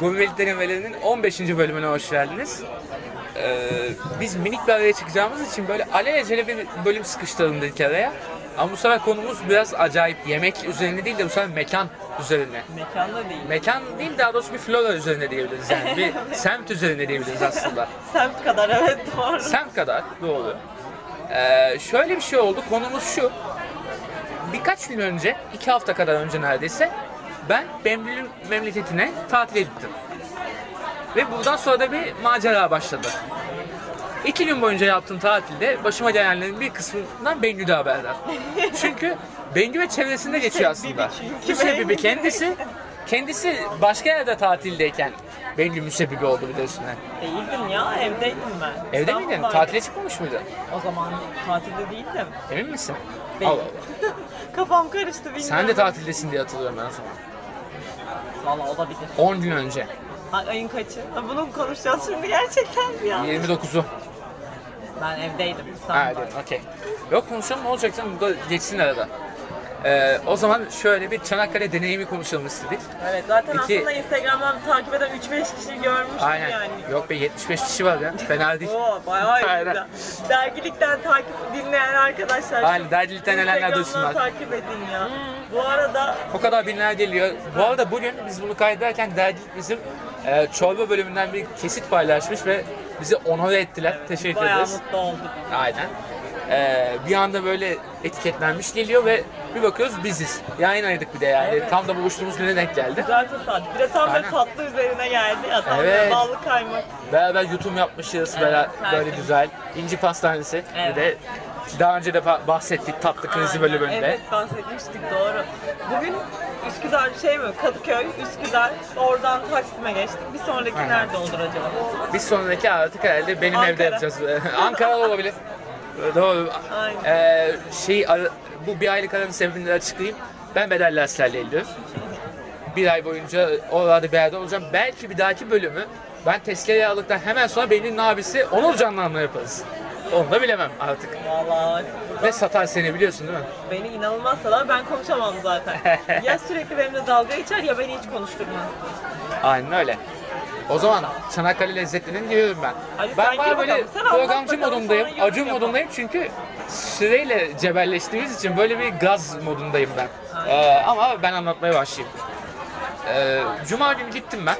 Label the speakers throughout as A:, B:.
A: Gumibeliklerin Veli'nin 15. bölümüne hoş geldiniz. Ee, biz minik bir araya çıkacağımız için böyle alelacele bir bölüm sıkıştıralım dedik araya. Ama bu sefer konumuz biraz acayip. Yemek üzerine değil de bu sefer mekan üzerine.
B: Mekanda değil.
A: Mekan değil daha doğrusu bir flora üzerine diyebiliriz yani. Bir semt üzerine diyebiliriz aslında.
B: Semt kadar evet doğru.
A: Semt kadar doğru. Ee, şöyle bir şey oldu. Konumuz şu. Birkaç gün önce, iki hafta kadar önce neredeyse ben Bembil'in memleketine tatile gittim. Ve buradan sonra da bir macera başladı. İki gün boyunca yaptığım tatilde başıma gelenlerin bir kısmından Bengü de haberdar. Çünkü Bengü ve çevresinde geçiyor aslında.
B: çünkü
A: Müsebbibi
B: Bengü.
A: kendisi, kendisi başka yerde tatildeyken Bengü müsebbibi oldu bir de üstüne.
B: Değildim ya evdeydim ben.
A: Evde miydin?
B: İstanbul'daydım.
A: Tatile çıkmamış mıydın?
B: O zaman tatilde değildim.
A: Emin misin?
B: Değil.
A: Allah Allah.
B: Kafam karıştı bilmiyorum.
A: Sen de tatildesin diye hatırlıyorum ben sana.
B: Valla olabilir.
A: 10 gün önce.
B: Ay, ayın kaçı? Ha, Bunu mu konuşacağız şimdi gerçekten mi ya?
A: 29'u.
B: Ben evdeydim
A: Ha,
B: İstanbul'da.
A: evet, okey. Yok konuşalım ne olacak canım? Burada geçsin arada. Ee, o zaman şöyle bir Çanakkale deneyimi konuşalım istedik.
B: Evet zaten
A: İki-
B: aslında Instagram'dan takip eden 3-5 kişi görmüştüm
A: Aynen.
B: yani.
A: Yok be 75 kişi var ya. Fena değil.
B: Oo bayağı iyi.
A: Aynen.
B: güzel. Dergilikten takip dinleyen arkadaşlar. şu
A: Aynen, dergilikten neler nerede
B: Instagram'dan
A: olsunlar.
B: takip edin ya. Bu arada
A: O kadar binler geliyor. Bu arada bugün biz bunu kaydederken dergilik bizim e, çorba bölümünden bir kesit paylaşmış ve bizi onore ettiler. Teşekkür
B: bayağı
A: ederiz.
B: mutlu olduk.
A: Aynen. Ee, bir anda böyle etiketlenmiş geliyor ve bir bakıyoruz biziz. Yayınlaydık bir de yani.
B: Evet.
A: Tam da buluştuğumuz güne denk geldi.
B: Güzel tesadüf. Bir de tam böyle
A: Aynen.
B: tatlı üzerine geldi ya. Tam
A: Evet.
B: böyle ballı kaymak.
A: Beraber yutum yapmışız.
B: Evet,
A: beraber böyle
B: tertemiz.
A: güzel. İnci Pastanesi. Bir
B: Evet.
A: de daha önce de ba- bahsettik tatlı krizi
B: Aynen.
A: bölümünde.
B: Evet bahsetmiştik doğru. Bugün Üsküdar şey mi? Kadıköy, Üsküdar. Oradan Taksim'e geçtik. Bir sonraki
A: Aynen.
B: nerede olur acaba?
A: Bir sonraki artık herhalde benim
B: Ankara.
A: evde yapacağız. Ee, Ankara olabilir. Doğru.
B: Aynen.
A: Ee, şey, ara- bu bir aylık aranın sebebini de açıklayayım. Ben bedelli askerle ilgiliyim. Bir ay boyunca oralarda bir yerde olacağım. Belki bir dahaki bölümü ben tezkereyi aldıktan hemen sonra benim abisi Onur canlanma yaparız. Onu da bilemem artık.
B: Vallahi
A: Ve satar seni biliyorsun değil mi?
B: beni inanılmaz salar. Ben konuşamam zaten. ya sürekli benimle dalga geçer ya beni hiç konuşturmaz.
A: Aynen öyle. O zaman Çanakkale lezzetlerinin giriyorum ben.
B: Hadi
A: ben
B: sen
A: bana
B: gir
A: böyle
B: bakalım. Sen anlat
A: programcı
B: bakalım,
A: modundayım,
B: sonra yorum
A: acı
B: yapalım.
A: modundayım çünkü süreyle cebelleştiğimiz için böyle bir gaz modundayım ben. Ee, ama ben anlatmaya başlayayım. Ee, Cuma günü gittim ben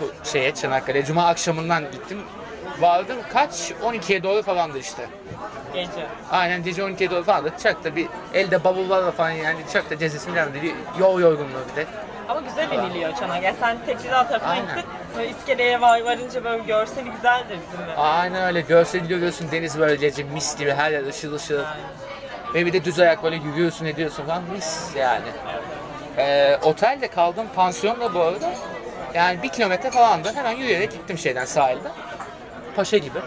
A: bu şeye Çanakkale. Cuma akşamından gittim. Vardım kaç? 12'ye doğru falandı işte.
B: Gece.
A: Aynen gece 12'ye doğru falandı. Çak da bir elde bavullarla falan yani çak da cezesini geldi. Yol yorgunluğu bir de.
B: Ama güzel iniliyor Çanakkale. Sen Tekirdağ tarafına
A: Aynen.
B: gittin. Böyle iskeleye var- varınca böyle görseli güzeldir bizim de.
A: Aynen öyle. Görseli görüyorsun deniz böyle gece mis gibi her yer ışıl ışıl. Ve bir de düz ayak böyle yürüyorsun ediyorsun falan mis yani. Ee, otelde kaldım pansiyonda bu arada. Yani bir kilometre falandı. Hemen yürüyerek gittim şeyden sahilden. Paşa gibi.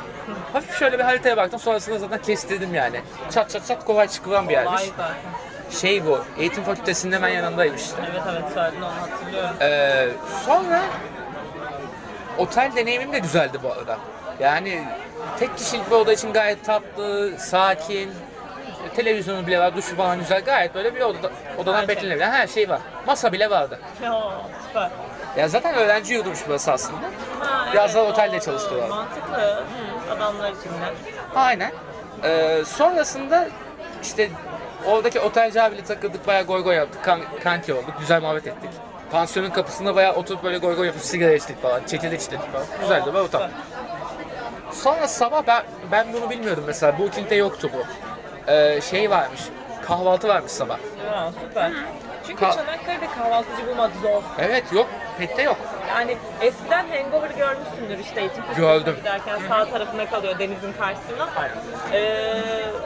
A: Hafif şöyle bir haritaya baktım. Sonrasında zaten kestirdim yani. Çat çat çat kolay çıkılan bir yermiş.
B: Vay zaten.
A: Şey bu, eğitim fakültesinde hemen yanındayım işte.
B: Evet evet söyledin onu hatırlıyorum.
A: Ee, sonra otel deneyimim de güzeldi bu arada. Yani tek kişilik bir oda için gayet tatlı, sakin. Televizyonu bile var, duşu falan güzel. Gayet böyle bir odada, odadan
B: Aynen.
A: beklenebilen her şey var. Masa bile vardı.
B: Ya, süper.
A: Ya zaten öğrenci yurdumuş burası aslında.
B: Ha,
A: Biraz daha
B: evet,
A: otelde
B: doğru.
A: çalıştılar.
B: Mantıklı. Hı, adamlar için de.
A: Aynen. Ee, sonrasında işte oradaki otelci abiyle takıldık bayağı goy goy yaptık. Kan, kanki olduk. Güzel muhabbet ettik. Pansiyonun kapısında bayağı oturup böyle goy goy yapıp sigara içtik falan. Çekirdek içtik falan. Güzeldi be otel. Sonra sabah ben, ben bunu bilmiyordum mesela. Booking'de yoktu bu. Ee, şey varmış. Kahvaltı varmış sabah.
B: Ya, süper. Çünkü
A: Ka-
B: Çanakkale'de kahvaltıcı bulmak zor.
A: Evet yok. Pette yok.
B: Yani eskiden hangover görmüşsündür işte eğitim fakültesine
A: Gördüm.
B: giderken sağ tarafına kalıyor denizin karşısında. Ee,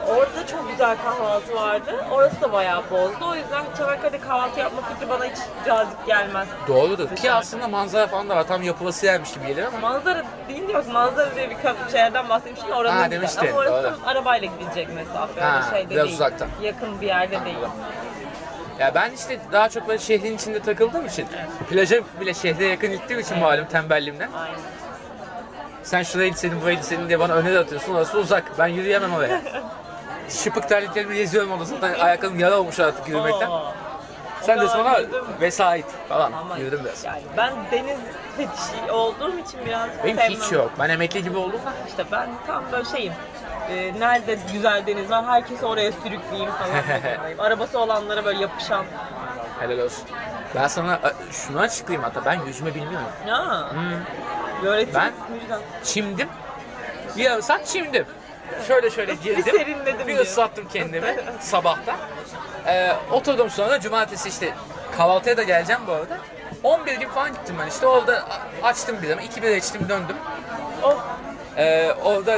B: orada çok güzel kahvaltı vardı. Orası da bayağı bozdu. O yüzden Çanakkale'de kahvaltı yapma fikri bana hiç cazip gelmez.
A: Doğrudur. Ki aslında manzara falan da var. Tam yapılası yermiş gibi geliyor ama.
B: Manzara değil diyoruz. Manzara diye bir ka- şehirden bahsetmiştim. de Oranın
A: Ha,
B: güzel.
A: demiştin,
B: Ama orası
A: doğru.
B: arabayla gidilecek mesafe.
A: Ha,
B: öyle şeyde
A: biraz
B: şey değil.
A: uzaktan.
B: Yakın bir yerde değil.
A: Ya ben işte daha çok böyle şehrin içinde takıldığım için. Plaja bile şehre yakın gittiğim için malum tembelliğimden.
B: Aynen.
A: Sen şuraya gitseydin, buraya gitseydin diye bana öneri atıyorsun. Orası uzak. Ben yürüyemem oraya. Şıpık terliklerimi geziyorum orada. Zaten ayaklarım yara olmuş artık yürümekten.
B: Oo.
A: Sen de
B: Aa,
A: sonra
B: girdim.
A: vesait falan
B: Ama
A: girdim biraz.
B: Yani ben deniz fetişi olduğum için biraz
A: Benim
B: sevmem.
A: hiç yok. Ben emekli gibi oldum da.
B: İşte ben tam böyle şeyim. Ee, nerede güzel deniz var herkes oraya sürükleyeyim falan. modundayım. Arabası olanlara böyle yapışan.
A: Helal olsun. Ben sana e, şunu açıklayayım hatta ben yüzme bilmiyorum.
B: Ya. Öğretim
A: Hmm. Ben-
B: müjdan.
A: Çimdim. Bir saat çimdim. Şöyle şöyle girdim.
B: serinledim
A: Bir
B: diyor.
A: ıslattım kendimi sabahta. Ee, oturdum sonra cumartesi işte kahvaltıya da geleceğim bu arada. 11 gibi falan gittim ben işte orada a- açtım bir zaman. 2 bira içtim döndüm.
B: Oh.
A: Ee, orada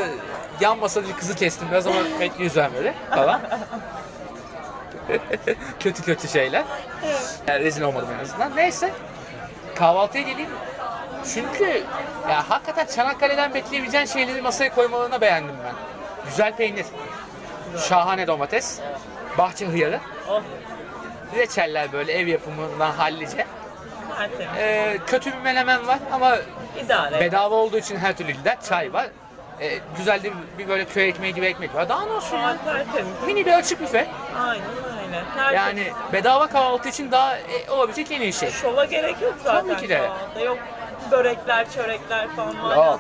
A: yan masada bir kızı kestim biraz ama pek yüz vermedi falan. kötü kötü şeyler. Yani rezil olmadım en azından. Neyse. Kahvaltıya geleyim. Çünkü ya hakikaten Çanakkale'den bekleyebileceğin şeyleri masaya koymalarına beğendim ben. Güzel peynir. Şahane domates. Bahçe hıyarı.
B: Oh.
A: Reçeller böyle ev yapımından hallice.
B: Tertemiz.
A: Ee, kötü bir menemen var ama
B: İdare.
A: bedava olduğu için her türlü gider. Çay var. Ee, güzel de bir böyle köy ekmeği gibi ekmek var. Daha ne olsun ya?
B: Aa, tertemiz.
A: Mini bir açık büfe.
B: Aynen öyle. Tertemiz.
A: Yani bedava kahvaltı için daha e, olabilecek en iyi şey.
B: Şova gerek yok zaten.
A: Tabii ki de.
B: kahvaltıda. Yok börekler, çörekler falan var.
A: Aa,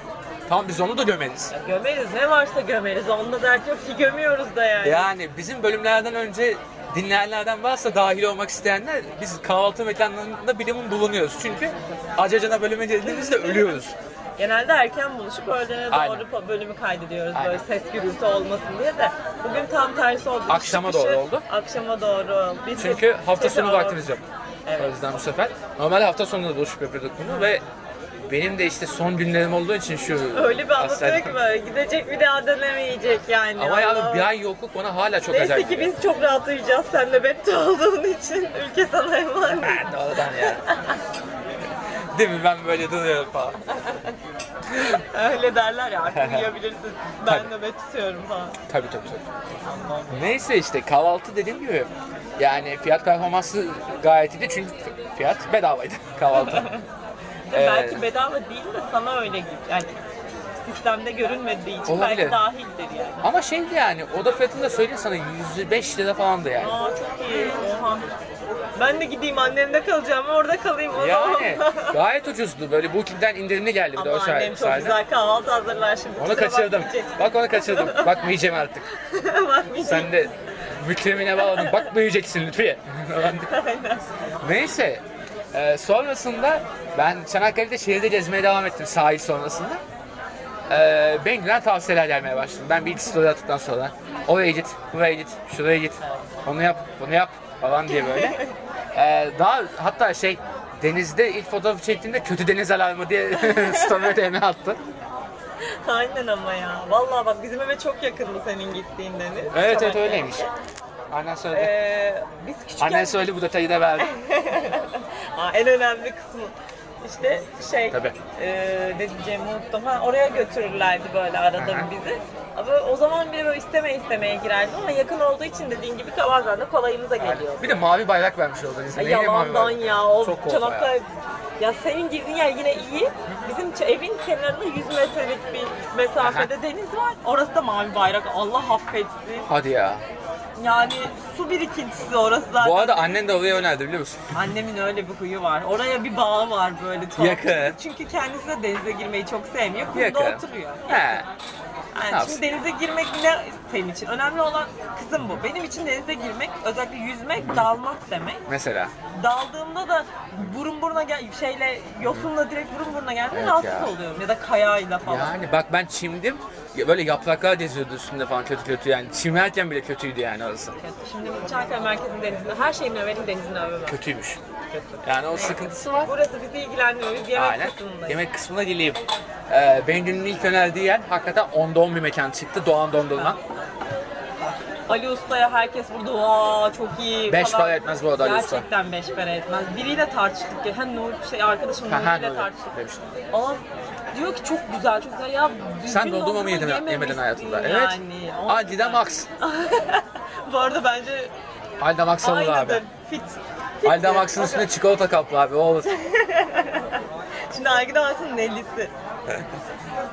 A: Tamam biz onu da gömeriz.
B: Ya Gömeriz ne varsa gömeriz. Onda dert yok ki gömüyoruz da yani.
A: Yani bizim bölümlerden önce dinleyenlerden varsa dahil olmak isteyenler biz kahvaltı mekanlarında bilimin bulunuyoruz. Çünkü acacana bölüme girdiğimizde ölüyoruz.
B: Genelde erken buluşup öğlene doğru
A: Aynen.
B: pa- bölümü kaydediyoruz
A: Aynen.
B: böyle ses gürültü olmasın diye de bugün tam tersi oldu. İş
A: Akşama
B: çıkışı
A: doğru oldu.
B: Akşama doğru oldu. Biz de-
A: Çünkü hafta
B: dedi,
A: sonu
B: "Aa,
A: vaktimiz yok. O
B: Evet.
A: yüzden bu sefer. Normalde hafta sonunda buluşup yapıyorduk bunu ve benim de işte son günlerim olduğu için şu...
B: Öyle bir anlatıyor
A: hastanelik-
B: ki böyle gidecek bir daha dönemeyecek yani.
A: Ama
B: Allah.
A: yani bir ay yokluk bana hala çok
B: Neyse
A: acayip.
B: ki
A: geliyor.
B: biz çok rahat uyuyacağız sen nöbette olduğun için. Ülke sana emanet.
A: Doğrudan ya. Değil mi ben böyle duruyorum falan.
B: Öyle derler ya artık uyuyabilirsin. Ben nöbet tutuyorum falan.
A: Tabii tabii tabii. Neyse işte kahvaltı dediğim gibi yani fiyat performansı gayet iyiydi çünkü fiyat bedavaydı kahvaltı.
B: De
A: Ee,
B: belki bedava değil de sana öyle gibi. Yani sistemde görünmediği için
A: Olabilir.
B: belki dahildir yani.
A: Ama şeydi yani oda fiyatını da söyleyeyim sana 105 lira falandı yani.
B: Aa çok iyi. Oha. Ben de gideyim annemde kalacağım orada kalayım o
A: Yani
B: zaman.
A: hani gayet ucuzdu böyle Booking'den indirimli geldi bir de
B: Ama
A: o say-
B: annem çok
A: sayede.
B: güzel kahvaltı hazırlar şimdi.
A: Onu
B: Kusura
A: kaçırdım.
B: bakmayacaksın. şey
A: Bak onu kaçırdım. Bakmayacağım artık.
B: Bakmayacaksın.
A: Sen de mükremine bağladın. Bakmayacaksın lütfiye.
B: Aynen.
A: Neyse. e, sonrasında ben Çanakkale'de şehirde gezmeye devam ettim sahil sonrasında. E, Bengü'den tavsiyeler gelmeye başladı. Ben bir iki story attıktan sonra oraya git, buraya git, şuraya git, onu yap, bunu yap falan diye böyle. E, daha hatta şey denizde ilk fotoğrafı çektiğimde kötü deniz alarmı diye story'e attı.
B: Aynen ama ya. Vallahi bak bizim eve çok yakındı senin gittiğin deniz.
A: Evet evet
B: Çanakkale.
A: öyleymiş. Annen söyledi.
B: Ee, biz küçükken...
A: Annen söyledi bu detayı da verdi.
B: Aa, en önemli kısmı. İşte şey,
A: Tabii.
B: e, ne diyeceğimi unuttum. Ha, oraya götürürlerdi böyle arada
A: Aha.
B: bizi. Ama o zaman bile böyle isteme istemeye girerdim ama yakın olduğu için dediğin gibi bazen de kolayımıza geliyor.
A: Bir de mavi bayrak vermiş orada insan.
B: Ay
A: Neyine mavi
B: yalandan
A: bayrak?
B: ya o
A: Çok korkma ya.
B: Çanakkale. Ya. senin girdiğin yer yine iyi. Bizim ç- evin kenarında 100 metrelik bir mesafede deniz var. Orası da mavi bayrak. Allah affetsin.
A: Hadi ya.
B: Yani su birikintisi orası zaten.
A: Bu arada annen de oraya önerdi biliyor musun?
B: Annemin öyle bir huyu var. Oraya bir bağı var böyle. tuhaf.
A: Yakın.
B: Çünkü kendisi de denize girmeyi çok sevmiyor. Kumda
A: Yakın.
B: oturuyor.
A: He.
B: Yani
A: yapsın?
B: şimdi denize girmek ne senin için? Önemli olan kızım bu. Benim için denize girmek özellikle yüzmek, dalmak demek.
A: Mesela.
B: Daldığımda da burun buruna gel şeyle yosunla direkt burun buruna geldiğinde
A: Evet
B: rahatsız
A: ya.
B: oluyorum ya da kayayla falan.
A: Yani bak ben çimdim. ya Böyle yapraklar geziyordu üstünde falan kötü kötü yani. Çimerken bile kötüydü yani orası.
B: Şimdi Çanakkale merkezin denizinde her şeyin övenin denizini övemem.
A: Kötüymüş. Yani o sıkıntısı var.
B: Burası bizi ilgilenmiyor. Biz yemek
A: Aynen.
B: kısmındayız.
A: Yemek kısmına geleyim. Ee, Bengü'nün ilk önerdiği yer hakikaten onda on bir mekan çıktı. Doğan Dondurma.
B: Ali Usta'ya herkes burada vaa çok iyi
A: Beş
B: falan.
A: para etmez bu arada Ali Usta.
B: Gerçekten beş para etmez. Biriyle tartıştık ya. Hem Nur, şey, arkadaşım
A: Ha, ha,
B: Nuri'yle
A: Nuri
B: tartıştık.
A: demiştim.
B: Aa, diyor ki çok güzel çok güzel. Ya düzgün
A: Sen dondurma mı yedin,
B: yememişsin
A: yemedin hayatında? Evet.
B: Yani.
A: Aldi'den Max.
B: bu arada bence
A: Alda Max alır abi.
B: aynıdır. Fit. Fit
A: Alda
B: diyor.
A: Max'ın üstüne çikolata kaplı abi. O olur.
B: Şimdi Aygın Ağası'nın nellisi.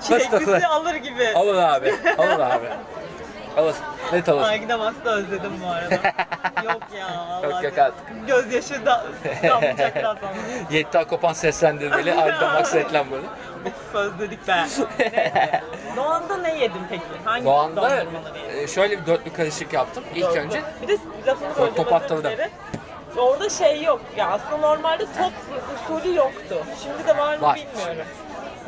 B: Çileklisi
A: tatlı.
B: alır gibi.
A: Alır abi. Alır abi. Havas. Net havas.
B: Ay gidemezsin özledim bu arada. yok ya vallahi.
A: Yok, yok artık.
B: Gözyaşı da, damlayacak birazdan.
A: Yetta kopan seslendi böyle. Ay damak setlen böyle.
B: Of özledik be. Neyse. Doğan'da ne yedin peki? Hangi
A: Doğan'da
B: dondurmaları yedin?
A: e, şöyle bir dörtlü karışık yaptım. İlk
B: Doğru.
A: önce
B: Bir de lafını böldüm
A: top
B: özür
A: attırdı.
B: dilerim. Orada şey yok ya aslında normalde top usulü yoktu. Şimdi de var mı
A: Var.
B: bilmiyorum.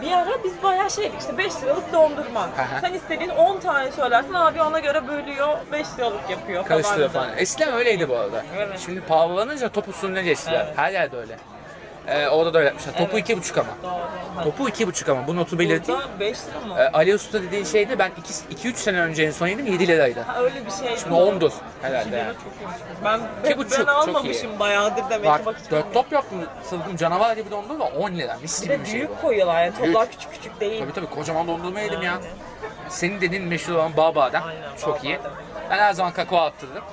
B: Bir ara biz bayağı şey şeydik işte 5 liralık dondurma.
A: hı.
B: Sen istediğin 10 tane söylersin abi ona göre bölüyor 5 liralık yapıyor falan.
A: karıştırıyor falan. Eskiden öyleydi bu arada.
B: Evet.
A: Şimdi pahalanınca top usulüne geçtiler.
B: Evet.
A: Her yerde öyle. E, orada da öyle yapmışlar. Topu
B: Evet.
A: iki buçuk ama.
B: Doğru.
A: Topu iki buçuk ama. Bu notu belirteyim.
B: Burada 5 lira mı?
A: E, Ali Usta dediğin şeydi ben 2-3 sene önce en son yedim 7 liraydı.
B: Ha, öyle bir şey.
A: Şimdi 10'dur herhalde yani.
B: Ben,
A: İki
B: ben,
A: buçuk, çok iyi.
B: almamışım bayağıdır demek ki
A: Bak
B: bakacağım.
A: dört top yaptım sıldım canavar gibi dondurma 10 lira mis
B: Bir
A: gibi
B: de
A: bir şey bu.
B: büyük koyuyorlar yani toplar
A: Büyük.
B: küçük küçük değil.
A: Tabii tabii kocaman dondurma yedim ya.
B: Yani.
A: Senin dediğin meşhur olan Baba'dan
B: Aynen,
A: çok iyi.
B: Baba'dan.
A: Ben her zaman kakao attırdım.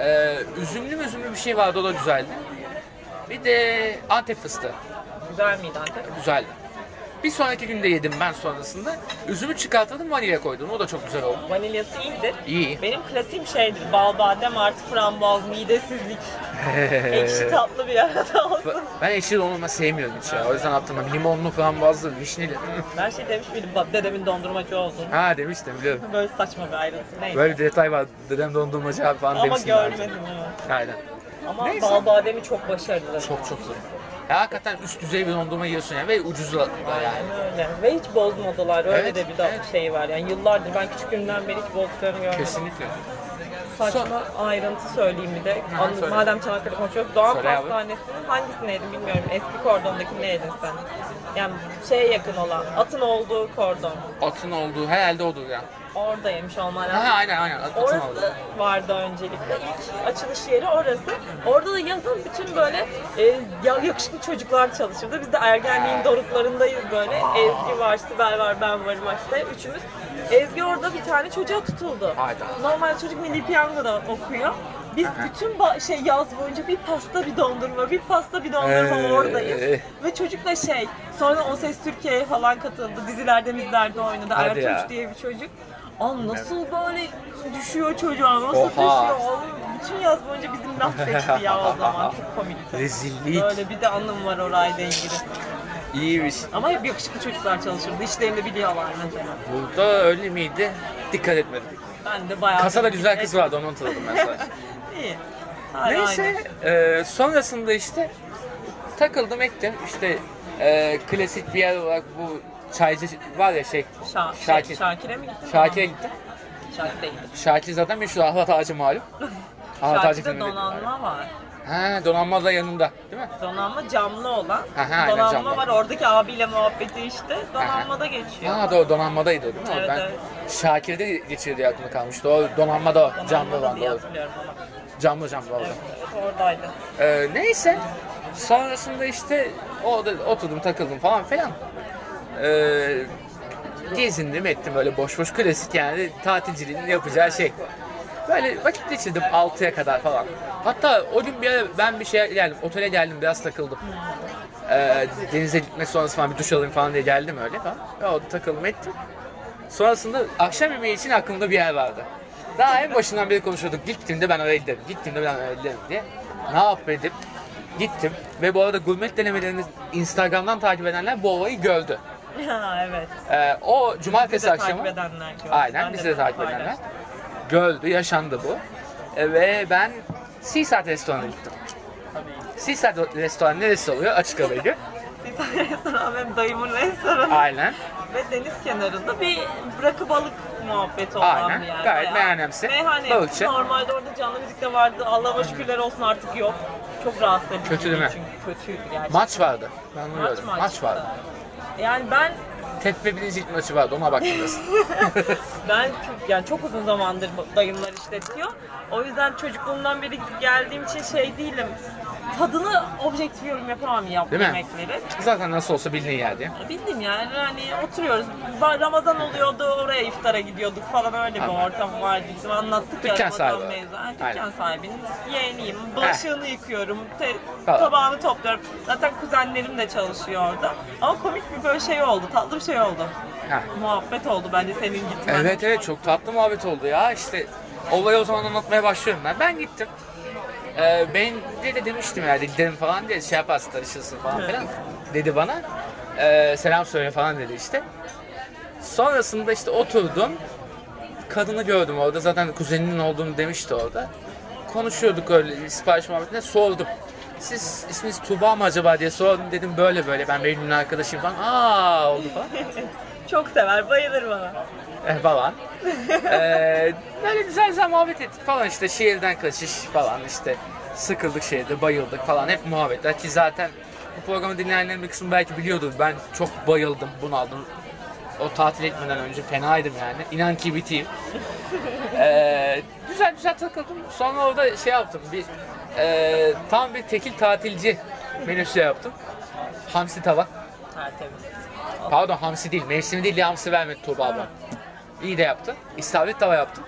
A: Ee, üzümlü mü üzümlü bir şey vardı o da güzeldi. Bir de Antep fıstığı
B: Güzel miydi Antep?
A: güzeldi. Bir sonraki günde yedim ben sonrasında. Üzümü çıkartırdım vanilya koydum o da çok güzel oldu.
B: Vanilyası iyidir.
A: İyi.
B: Benim klasiğim şeydir. Bal, badem artı frambuaz, midesizlik. Ekşi tatlı bir arada olsun.
A: Ben ekşi dondurma sevmiyorum hiç ya. O yüzden attım. Limonlu falan bazlı, vişneli.
B: Ben şey demiş miydim, bab- dedemin dondurmacı olduğunu.
A: ha demiştim biliyorum.
B: Böyle saçma bir ayrıntı. Neyse.
A: Böyle bir detay var. Dedem dondurmacı abi falan
B: Ama
A: demiştim daha önce.
B: görmedim evet.
A: Aynen.
B: Ama
A: Neyse.
B: bal bademi çok başarılı.
A: Çok çok zor. Ya hakikaten üst düzey bir dondurma yiyorsun ya ve ucuz da yani.
B: Aynen öyle. Ve hiç bozmadılar. Öyle
A: Evet,
B: de bir da-
A: evet.
B: şey var. Yani yıllardır ben küçüklüğümden beri hiç bozduklarını görmedim.
A: Kesinlikle.
B: Saçma ayrıntı söyleyeyim bir de.
A: Ha,
B: Anladım.
A: söyle.
B: Madem Çanakkale konuşuyoruz. Doğan
A: Söyle abi.
B: Pastanesi'nin hangisini yedin bilmiyorum. Eski kordondaki ne yedin sen? Yani şeye yakın olan, atın olduğu kordon.
A: Atın olduğu herhalde odur ya.
B: Orada yemiş olman lazım.
A: Ha aynen aynen atın olduğu.
B: Orası vardı öncelikle. İlk açılış yeri orası. Orada da yazın bütün böyle e, ya- yakışıklı çocuklar çalışırdı. Biz de ergenliğin doruklarındayız böyle. Ezgi var, Sibel var, ben varım işte. Üçümüz. Ezgi orada bir tane çocuğa tutuldu.
A: Hayda.
B: Normal çocuk milli piyangoda okuyor. Biz bütün ba- şey yaz boyunca bir pasta bir dondurma, bir pasta bir dondurma
A: Ee.
B: oradayız. Ve çocuk da şey, sonra O Ses Türkiye'ye falan katıldı. Dizilerden izlerde oynadı.
A: Hadi
B: Ertuğrul
A: ya.
B: diye bir çocuk. Aa nasıl böyle düşüyor çocuğa, nasıl
A: Oha.
B: düşüyor oğlum. Bütün yaz boyunca bizim laf geçti ya o zaman. Çok komikti.
A: Rezillik.
B: Böyle bir şey de anım var orayla ilgili.
A: İyiymiş.
B: Ama hep yakışıklı çocuklar çalışırdı. İşlerini biliyorlar mesela.
A: Burada öyle miydi? Dikkat etmedim.
B: Ben de bayağı...
A: Kasada güzel kız vardı onu hatırladım ben sadece.
B: İyi. Hayır,
A: Neyse
B: aynen.
A: e, sonrasında işte takıldım ettim. İşte e, klasik bir yer olarak bu çaycı var ya şey
B: Şa-
A: Şakir.
B: şey, Şakir'e mi gittin?
A: Şakir'e gittim.
B: Şakir değil.
A: Şakir zaten meşhur ahlat ağacı malum. Ahlat ağacı
B: Şakir'de
A: filmi.
B: donanma var.
A: Ha donanma da yanında değil mi?
B: Donanma camlı olan.
A: Ha, ha, aynen,
B: donanma
A: camlı.
B: var. Oradaki abiyle muhabbeti işte. Donanmada geçiyor.
A: Ha doğru donanmadaydı o değil mi?
B: Evet,
A: ben
B: evet.
A: Şakir'de geçirdiği aklıma kalmış. Doğru donanmada o. Camlı
B: Donanmada
A: olan
B: diye
A: doğru.
B: hatırlıyorum ama.
A: Camlı camlı olan.
B: Evet, evet, oradaydı.
A: Ee, neyse sonrasında işte orada oturdum takıldım falan filan. Ee, gezindim ettim böyle boş boş klasik yani tatilciliğin yapacağı şey. Böyle vakit geçirdim 6'ya kadar falan. Hatta o gün bir ara ben bir şeye geldim, otele geldim biraz takıldım. Ee, denize gitmek sonrası falan bir duş alayım falan diye geldim öyle falan. Ve orada takıldım ettim. Sonrasında akşam yemeği için aklımda bir yer vardı. Daha en başından beri konuşuyorduk. Gittiğimde ben oraya giderim. Gittiğimde ben oraya giderim diye. Ne yapmadım? Gittim. Ve bu arada gurmet denemelerini Instagram'dan takip edenler bu olayı gördü.
B: Ha, evet.
A: Ee, o
B: Bizi
A: cumartesi
B: de takip
A: akşamı...
B: edenler. gördü.
A: Aynen
B: Ben
A: bizi de takip edenler.
B: paylaştım.
A: Gördü, yaşandı bu. E, ve ben Seaside restoranına gittim. Seaside restoran neresi oluyor? Açık hava gibi.
B: Bir tane restoran benim dayımın restoranı
A: Aynen.
B: ve deniz kenarında bir bırakı balık muhabbeti olan
A: Aynen,
B: bir yer.
A: gayet
B: bayağı.
A: meyhanemsi,
B: Meyhane.
A: balıkçı.
B: Normalde orada canlı müzik de vardı. Allah'a şükürler olsun artık yok. Çok rahatsız edici.
A: Kötü değil mi?
B: Çünkü kötüydü gerçekten.
A: Maç vardı. Ben onu
B: Maç
A: gördüm.
B: mı
A: Maç
B: açtı?
A: vardı.
B: Yani ben
A: Tek ve birinci ilk maçı vardı. Ona baktım biraz.
B: ben çok yani çok uzun zamandır dayımlar işletiyor. O yüzden çocukluğumdan beri geldiğim için şey değilim. tadını objektif yorum yapamam yaptığım
A: Değil mi?
B: yemekleri.
A: Zaten nasıl olsa bildiğin yerde.
B: Bildim yani hani oturuyoruz. Ba- Ramazan oluyordu oraya iftara gidiyorduk falan öyle bir
A: Anladım.
B: ortam vardı. Bizim anlattık
A: Dükkan
B: ya Ramazan
A: sahibi.
B: mevzu. Ha,
A: Aynen.
B: Dükkan sahibinin yeğeniyim. Bulaşığını yıkıyorum. te-
A: Falan.
B: tabağını topluyorum. Zaten kuzenlerim de çalışıyor orada. Ama komik bir böyle şey oldu. Tatlı bir şey oldu.
A: Ha.
B: Muhabbet oldu bence senin gitmen.
A: Evet evet çok tatlı muhabbet oldu ya işte olayı o zaman anlatmaya başlıyorum ben. Ben gittim. Ee, ben de, de demiştim herhalde gidelim falan diye şey yaparsın tanışırsın falan filan dedi bana. Ee, selam söyle falan dedi işte. Sonrasında işte oturdum. Kadını gördüm orada zaten kuzeninin olduğunu demişti orada. Konuşuyorduk öyle sipariş muhabbetinde sordum. Siz isminiz Tuba mı acaba diye sordum dedim böyle böyle ben Behlül'ün arkadaşıyım falan. Aa oldu falan.
B: Çok sever, bayılır bana.
A: Eh, falan. Ee, böyle güzel güzel muhabbet ettik falan işte şehirden kaçış falan işte sıkıldık şehirde bayıldık falan hep muhabbetler ki zaten bu programı dinleyenlerin bir kısmı belki biliyordur ben çok bayıldım bunaldım o tatil etmeden önce fenaydım yani inan ki biteyim Ee, güzel güzel takıldım sonra orada şey yaptım bir e, tam bir tekil tatilci menüsü yaptım hamsi tava
B: Tertemiz.
A: Pardon hamsi değil. Mevsimi değil hamsi vermedi Tuğba abla. İyi de yaptı. İsabet tava yaptım.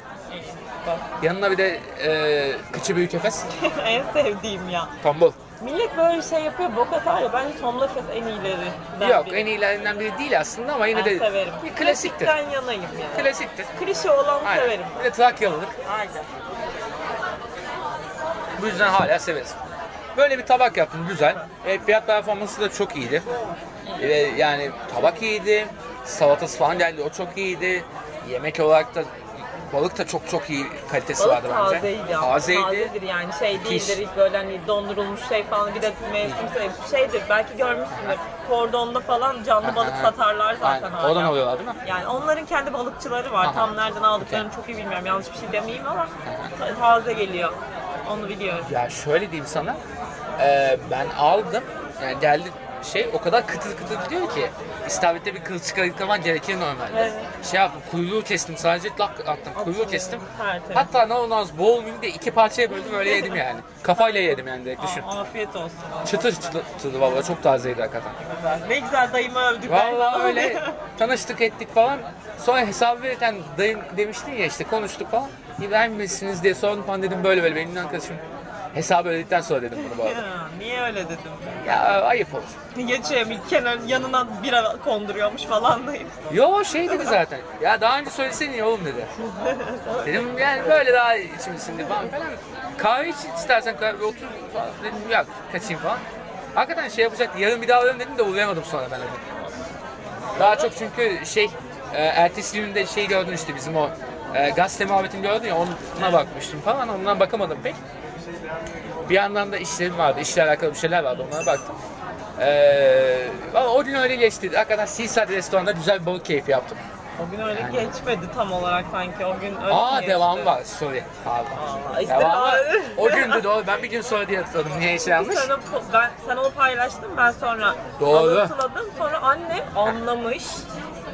A: Yanına bir de e, kıçı büyük efes.
B: en sevdiğim ya.
A: Tombul.
B: Millet böyle şey yapıyor, bok atar ya. Bence Tomlafes en iyileri.
A: Yok en iyilerinden biri değil aslında ama yine
B: ben
A: de
B: severim.
A: bir klasiktir.
B: Klasikten yanayım yani.
A: Klasiktir.
B: Klişe olanı
A: Aynen.
B: severim.
A: Bir de Trakyalılık.
B: Aynen.
A: Bu yüzden hala severiz. Böyle bir tabak yaptım güzel. E, fiyat performansı da çok iyiydi. E, yani tabak iyiydi. Salatası falan geldi o çok iyiydi. Yemek olarak da balık da çok çok iyi kalitesi
B: Balık
A: vardı bence.
B: tazeydi ama.
A: Tazeydi.
B: Tazedir yani şey
A: Müthiş.
B: değildir hiç böyle hani dondurulmuş şey falan bir de mevsimse şeydir belki görmüşsündür. Kordonda falan canlı balık
A: Aha.
B: satarlar zaten
A: Aynen.
B: hala.
A: Oradan alıyorlar değil mi?
B: Yani onların kendi balıkçıları var.
A: Aha.
B: Tam nereden aldıklarını
A: Okey.
B: çok iyi bilmiyorum. Yanlış bir şey demeyeyim ama ta- taze geliyor. Onu biliyorum.
A: Ya şöyle diyeyim sana. Ee, ben aldım. Yani geldi şey o kadar kıtır kıtır diyor ki istavette bir kılçık ayıklaman gerekir normalde.
B: Evet.
A: Şey yaptım kuyruğu kestim sadece lak attım kuyruğu kestim.
B: Tertemiz.
A: Hatta ne ondan sonra boğulmayayım diye iki parçaya böldüm öyle yedim yani. Kafayla yedim yani direkt düşün.
B: Aa, afiyet olsun.
A: Çıtır çıtır, çıtır valla çok tazeydi hakikaten.
B: Güzel. Ne güzel dayımı övdük.
A: Valla öyle tanıştık ettik falan. Sonra hesabı verirken dayım demiştin ya işte konuştuk falan. İbrahim misiniz diye sordum falan dedim böyle böyle benim arkadaşım. Hesabı ödedikten sonra dedim bunu bu arada.
B: Ya, Niye öyle dedim?
A: Ya ayıp olur.
B: Geçiyor bir kenarın yanına bira konduruyormuş falan dayım.
A: Yo şey dedi zaten. Ya daha önce söylesene ya oğlum dedi. Dedim yani böyle daha içim şimdi falan falan. Kahve iç istersen kahve otur falan. Dedim yok kaçayım falan. Hakikaten şey yapacaktı. Yarın bir daha uğrarım dedim de uğrayamadım sonra ben dedim. Daha çok çünkü şey e, ertesi günde şey gördün işte bizim o e, gazete muhabbetini gördün ya ona bakmıştım falan. Ondan bakamadım pek. Bir yandan da işlerim vardı. İşle alakalı bir şeyler vardı. Onlara baktım. Ee, valla o gün öyle geçti. Hakikaten Seaside restoranda güzel bir balık keyfi yaptım.
B: O gün öyle geçmedi tam olarak sanki. O gün öyle
A: Aa
B: geçti.
A: devamı var. Sorry. Pardon.
B: Aa, işte
A: Devamı var.
B: abi.
A: O gündü doğru. Ben bir gün sonra diye hatırladım. Niye şey
B: Biz
A: yanlış?
B: Sana, po- ben, sen onu paylaştın ben sonra
A: Doğru.
B: alıntıladım. Sonra annem anlamış.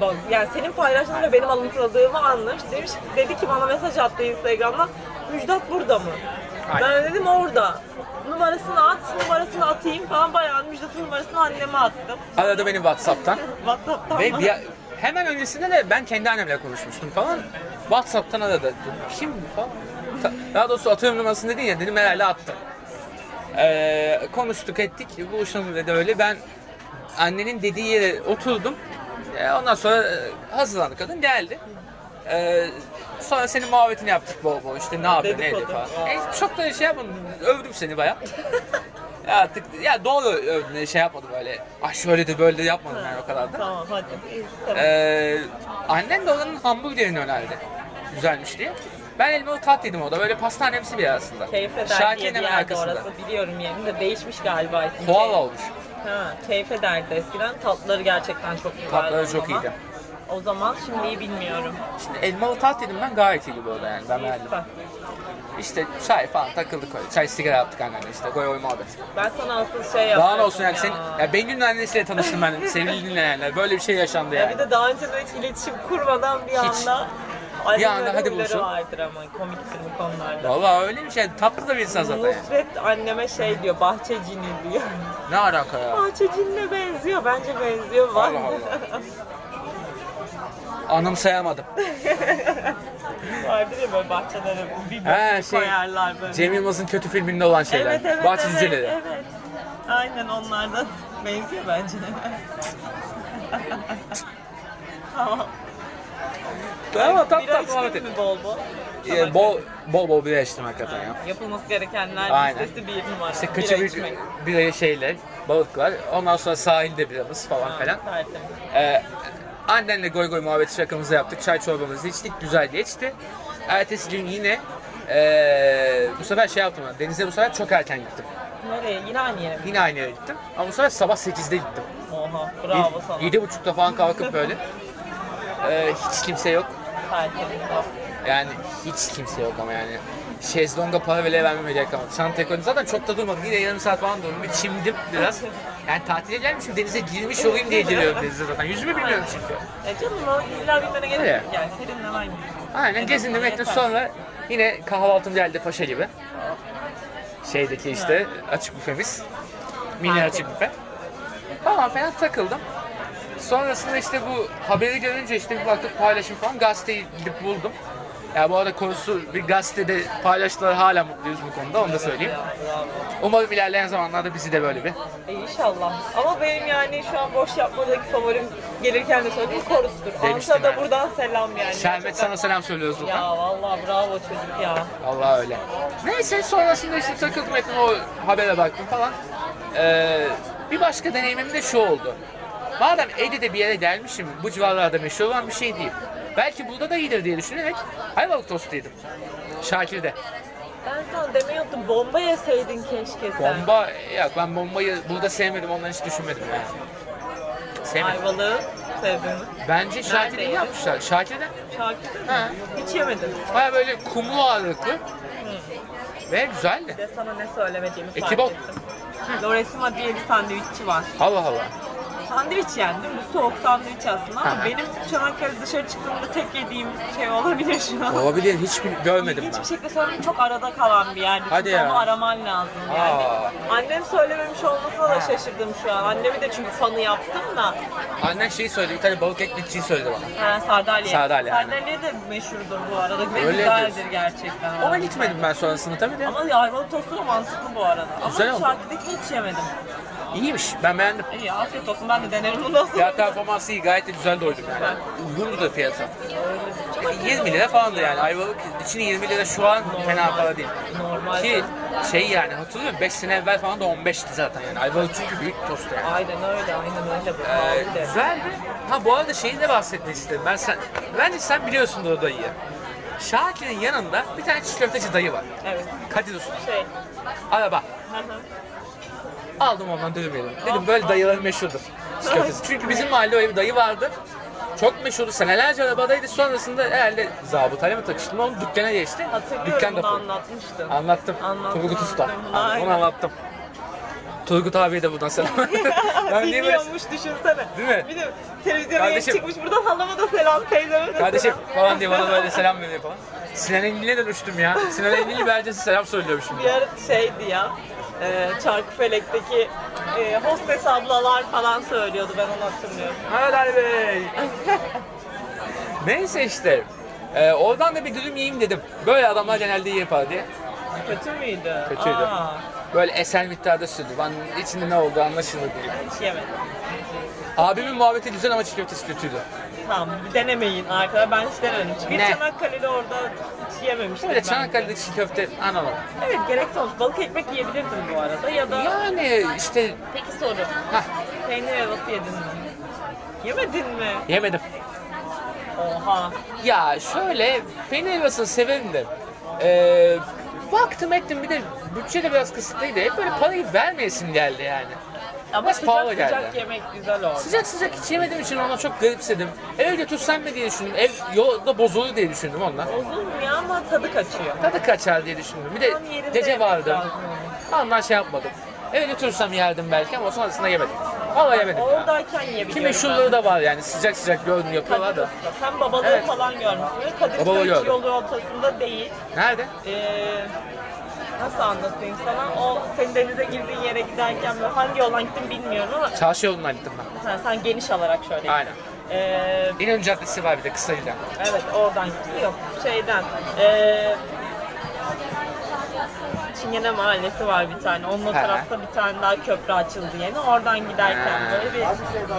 B: Bak, yani senin paylaştığın ve benim alıntıladığımı anlamış. Demiş, dedi ki bana mesaj attı Instagram'dan. Müjdat burada mı?
A: Aynen.
B: Ben de dedim orada. Numarasını at, numarasını atayım falan bayağı Müjdat'ın numarasını anneme attım.
A: Aradı beni Whatsapp'tan.
B: WhatsApp'tan
A: Ve
B: bana-
A: bir- hemen öncesinde de ben kendi annemle konuşmuştum falan. Whatsapp'tan aradı. Dedim, Kim bu falan. Ta- Daha doğrusu atıyorum numarasını dedin ya dedim herhalde attı. Ee, konuştuk ettik. Buluşalım dedi öyle. Ben annenin dediği yere oturdum. Ee, ondan sonra e, hazırlandı kadın geldi. Ee, sonra senin muhabbetini yaptık bol bol işte ne yapıyor neydi
B: Dedikodu.
A: falan. E, çok da şey yapmadım övdüm seni baya. ya artık ya doğru övdüm şey yapmadım öyle. Ah şöyle de böyle de yapmadım yani o kadar da.
B: Tamam hadi. Tamam.
A: Ee, annem de oranın hamburgerini önerdi. Güzelmiş diye. Ben elime o tat yedim orada. Böyle pastanemsi bir yer aslında.
B: Keyif eder
A: Şarkı
B: diye bir
A: hemen
B: yerde
A: arkasında.
B: orası biliyorum yerini de değişmiş galiba. isim.
A: Koala olmuş.
B: Ha, keyif ederdi eskiden. Tatları gerçekten çok güzeldi.
A: Tatları
B: o
A: çok
B: zaman.
A: iyiydi.
B: O zaman şimdiyi bilmiyorum.
A: Şimdi elmalı tat yedim ben gayet iyiydi bu arada yani. Ben beğendim.
B: Bak,
A: İşte çay falan takıldık öyle. Çay sigara yaptık annemle işte. Goy goy muhabbet.
B: Ben sana asıl şey yaptım.
A: Daha ne olsun yani senin... Ya Bengül'ün annesiyle tanıştım ben sevgili dinleyenler. Böyle bir şey yaşandı
B: Ya
A: yani.
B: bir de daha önce hiç iletişim kurmadan bir
A: Hiç.
B: anda Ayrı
A: anda
B: böyle
A: hadi
B: huyları
A: buluşun.
B: vardır ama komiktir bu konularda.
A: Valla öyle bir şey. Tatlı da bir insan zaten. yani.
B: Nusret anneme şey diyor, bahçe cini diyor.
A: Ne alaka ya?
B: bahçe cinine benziyor, bence benziyor. Var.
A: Allah Allah. Anımsayamadım.
B: Vardır ya böyle bahçelere bir
A: He,
B: bahçe
A: şey,
B: koyarlar böyle.
A: Cem Yılmaz'ın kötü filminde olan şeyler.
B: Evet evet
A: Bahçe
B: evet,
A: cüceleri.
B: evet. Aynen onlardan benziyor bence. tamam.
A: Ama tat
B: Bira
A: tat
B: içtin
A: muhabbet et.
B: mi bol bol?
A: Ee, Bol bol bol bira içtim hakikaten ya.
B: Yapılması gerekenler
A: Aynen.
B: listesi bir numara.
A: İşte
B: Bira
A: kaçı bir,
B: içmek.
A: bir şeyler, balıklar. Ondan sonra sahilde biramız falan filan.
B: Tertemiz.
A: Ee, annenle goy goy muhabbeti şakamızı yaptık. Çay çorbamızı içtik. Güzel geçti. Ertesi gün yine ee, bu sefer şey yaptım. ben, Denize bu sefer çok erken gittim.
B: Nereye? Yine aynı yere mi?
A: Yine aynı yere gittim. Ama bu sefer sabah 8'de gittim.
B: Oha bravo
A: Yedi-
B: sana.
A: Yedi buçukta falan kalkıp böyle. Ee, hiç kimse yok.
B: Tertemiz.
A: Yani hiç kimse yok ama yani. Şezlonga para bile vermemeye gerek kalmadı. Çantaya koydum. Zaten çok da durmadım. Yine yarım saat falan durdum. Bir çimdim biraz. Yani tatile gelmişim. Denize girmiş olayım diye giriyorum denize zaten. Yüzümü bilmiyorum çünkü.
B: E canım o illa bilmene gerek yok
A: Öyle.
B: yani. Seninle aynı. E,
A: Aynen gezindim ettim. Sonra yine kahvaltım geldi Paşa gibi. Şeydeki işte açık büfemiz. Mini
B: Harika.
A: açık büfe. Falan falan takıldım. Sonrasında işte bu haberi görünce işte bir baktık paylaşım falan gazeteyi gidip buldum. Ya bu arada konusu bir gazetede paylaştılar hala mutluyuz bu konuda onu da söyleyeyim.
B: Ya, bravo.
A: Umarım ilerleyen zamanlarda bizi de böyle bir.
B: E, inşallah. Ama benim yani şu an boş yapmadaki favorim gelirken de söyledim korustur.
A: Demiştim
B: Ansa da
A: ben.
B: buradan selam yani.
A: Şerbet
B: Gerçekten.
A: sana selam söylüyoruz buradan.
B: Ya vallahi bravo çocuk ya.
A: Allah öyle. Neyse sonrasında işte takıldım ettim o habere baktım falan. Ee, bir başka deneyimim de şu oldu. Madem Ege'de bir yere gelmişim, bu civarlarda meşhur olan bir şey değil. Belki burada da iyidir diye düşünerek Ayvalık tostu yedim. Şakir'de.
B: Ben sana demiyordum bomba yeseydin keşke sen.
A: Bomba, yok ben bombayı burada sevmedim, ondan hiç düşünmedim yani. Sevmedim.
B: Ayvalığı sevdim.
A: Bence Şakir'de iyi
B: Neredeydi?
A: yapmışlar. Şakir'de
B: Şakir'de
A: Ha.
B: mi? Hiç yemedim.
A: baya böyle kumlu ağırlıklı ve güzeldi.
B: Bir de sana ne söylemediğimi fark
A: Ekibot.
B: ettim. Loresima diye bir sandviççi var.
A: Allah Allah.
B: Sandviç yani değil mi? Bu soğuk sandviç aslında ama
A: Aha.
B: benim Çanakkale dışarı çıktığımda tek yediğim şey olabilir şu an.
A: Olabilir, hiç bil- görmedim ben.
B: Hiçbir şekilde söyleyeyim çok arada kalan bir yerdi.
A: Hadi
B: çünkü
A: ya.
B: onu araman lazım yani.
A: Aa.
B: Annem söylememiş olmasına da şaşırdım şu an. Annemi de çünkü fanı yaptım da.
A: Annen şeyi söyledi, bir tane balık ekmekçiyi söyledi bana.
B: Ha, sardalya.
A: Sardalya, aynen.
B: Sardalya de meşhurdur bu arada. Ve
A: Öyle
B: güzeldir
A: diyorsun.
B: gerçekten.
A: Ona gitmedim ben sonrasında tabii de.
B: Ama yarmalı tostu da mantıklı bu arada.
A: Güzel
B: Ama
A: oldu.
B: şarkıdaki hiç yemedim.
A: İyiymiş, ben beğendim.
B: İyi afiyet olsun ben de denerim bundan sonra.
A: Fiyat performansı iyi, gayet de güzel doydum yani. Uygundu da fiyatı.
B: Çok
A: Yani 20 lira falandı yani. Ayvalık için 20 lira şu an fena para değil.
B: Normal.
A: Ki şey yani hatırlıyor musun? 5 sene evvel falan da 15'ti zaten yani. Ayvalık çünkü büyük tost yani.
B: Aynen öyle, aynen öyle. Bu
A: Ee,
B: pahalı de.
A: güzeldi. Ha bu arada şeyi de bahsetmek istedim. Ben sen, bence sen biliyorsundur o dayıyı. Şakir'in yanında bir tane çiğ köfteci dayı var.
B: Evet.
A: Kadir Usta.
B: Şey.
A: Araba. Aldım ondan dürüm yedim. Dedim böyle dayılar meşhurdur. Çikolatası. Çünkü bizim mahallede öyle bir dayı vardı. Çok meşhurdu. Senelerce arabadaydı. Sonrasında herhalde zabıtayla mı takıştım? Onun dükkana geçti.
B: Hatırlıyorum
A: Dükkan
B: bunu
A: da full.
B: anlatmıştım.
A: Anlattım.
B: Anlattın,
A: Turgut Usta.
B: anlattın.
A: Anlattım. Onu
B: Aynen.
A: anlattım. Turgut abiye de buradan selam. ben niye böyle...
B: Biliyormuş düşünsene.
A: Değil mi?
B: Bir de televizyona yeni
A: Kardeşim-
B: çıkmış buradan halama da selam, teyzeme de selam.
A: Kardeşim falan diye bana böyle selam veriyor falan. Sinan Engin'e dönüştüm ya. Sinan Engin'li bir herkese selam söylüyormuşum.
B: Bir ara şeydi ya, e, Çarkıfelek'teki e, hostes ablalar falan söylüyordu ben onu hatırlıyorum.
A: Merhabalar Bey. Neyse işte. Ee, oradan da bir dürüm yiyeyim dedim. Böyle adamlar genelde iyi yapar diye.
B: Kötü müydü?
A: Kötüydü.
B: Aa,
A: Böyle eser miktarda sürdü. Ben içinde ne oldu anlaşılır diye.
B: hiç yemedim.
A: Abimin muhabbeti güzel ama çiğ köftesi kötüydü.
B: Tamam bir denemeyin arkadaşlar ben hiç denemedim. Çünkü
A: Ne?
B: Çanakkale'de orada hiç yememiştim.
A: Böyle
B: ben.
A: Çanakkale'de çiğ köfte anlamadım.
B: Evet gerekse olsun. Balık ekmek yiyebilirdim bu arada ya da...
A: Yani işte
B: Peki soru.
A: hah
B: Peynir helvası yedin mi? Yemedin mi?
A: yemedim.
B: Oha.
A: Ya şöyle peynir helvasını severim de. Ee, baktım ettim bir de bütçe de biraz kısıtlıydı. Hep böyle parayı vermeyesim geldi yani.
B: Ama
A: Biraz
B: sıcak
A: pahalı
B: sıcak
A: geldi.
B: yemek güzel orada.
A: Sıcak sıcak hiç yemediğim için ona çok garipsedim. Eve götürsem mi diye düşündüm. Ev yolda bozulur diye düşündüm ondan.
B: Uzun ya ama tadı kaçıyor.
A: Tadı kaçar diye düşündüm. Bir de
B: Tam yerinde
A: gece
B: yemek
A: vardım.
B: lazım onu.
A: Ondan şey yapmadım. Eve götürürsem yerdim belki ama sonrasında yemedim. Valla yemedim.
B: Oradayken yiyebiliyorum.
A: Kimi şuraları da var yani sıcak sıcak gördüğünü yapıyorlar da.
B: Sen babalığı
A: Evet.
B: falan görmüşsün. Kadir
A: Babalığı
B: Saç
A: gördüm.
B: yolu ortasında değil.
A: Nerede?
B: Ee, nasıl anlatayım sana? O senin denize girdiğin yere giderken ve hangi yoldan gittim bilmiyorum ama
A: Çarşı yolundan gittim ben.
B: sen, sen geniş alarak şöyle gittin.
A: Aynen.
B: Ee,
A: İnönü Caddesi var bir de kısa giden.
B: Evet oradan gitti. Yok şeyden. Eee Çingene Mahallesi var bir tane. Onun o
A: He.
B: tarafta bir tane daha köprü açıldı yeni. Oradan giderken
A: He.
B: böyle bir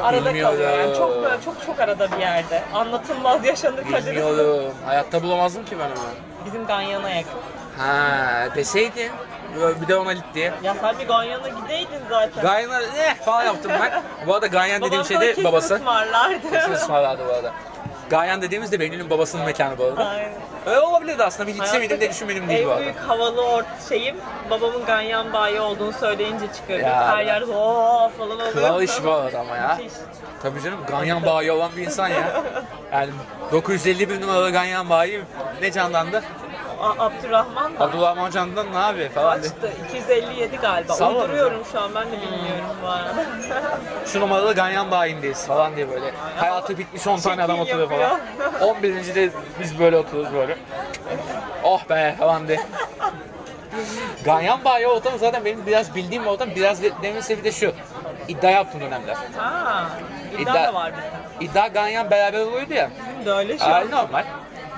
B: arada
A: Bilmiyorum.
B: kalıyor. Yani çok böyle çok çok arada bir yerde. Anlatılmaz yaşanır kaderisi.
A: Bilmiyorum. Hayatta bulamazdım ki ben onu.
B: Bizim Ganyan'a yakın.
A: Ha deseydin. Bir de ona git diye.
B: Ya sen bir Ganyan'a gideydin zaten.
A: Ganyan'a eh falan yaptım ben. Bu arada Ganyan dediğim
B: Babam
A: şey
B: sana
A: de
B: kesin
A: babası.
B: ısmarlardı.
A: Kesin ısmarlardı bu arada. Ganyan dediğimiz de Bennu'nun babasının mekanı bu arada.
B: Aynen.
A: Öyle olabilirdi aslında. Bir
B: Hayattaki
A: gitsemedim de düşünmedim değil bu
B: En
A: arada.
B: büyük havalı ort şeyim babamın ganyan bayi olduğunu söyleyince çıkıyor.
A: Ya.
B: Her yer ooo falan oluyor.
A: Kral iş bu arada ama ya.
B: Müthiş.
A: Tabii canım ganyan bayi olan bir insan ya. Yani 950 bin numaralı ganyan bayi ne canlandı?
B: A- Abdurrahman mı?
A: Abdullah candan ne abi falan dedi.
B: Kaçtı? 257 galiba.
A: Sağ ol.
B: Uyduruyorum şu an ben de bilmiyorum bu arada.
A: Şu numaralı ganyan bayindeyiz falan diye böyle. Hayatı bitmiş 10 tane adam
B: Şekil
A: oturuyor falan. 11. de biz böyle oturuyoruz böyle. Oh be falan diye. Ganyan bayi ortamı zaten benim biraz bildiğim bir ortam. Biraz de, demin sebebi de şu. İddia yaptığım dönemler.
B: ha, iddia,
A: İddia-
B: da var bizim.
A: İddia ganyan beraber oluyordu ya.
B: Bizim de öyle şey.
A: Aa, normal.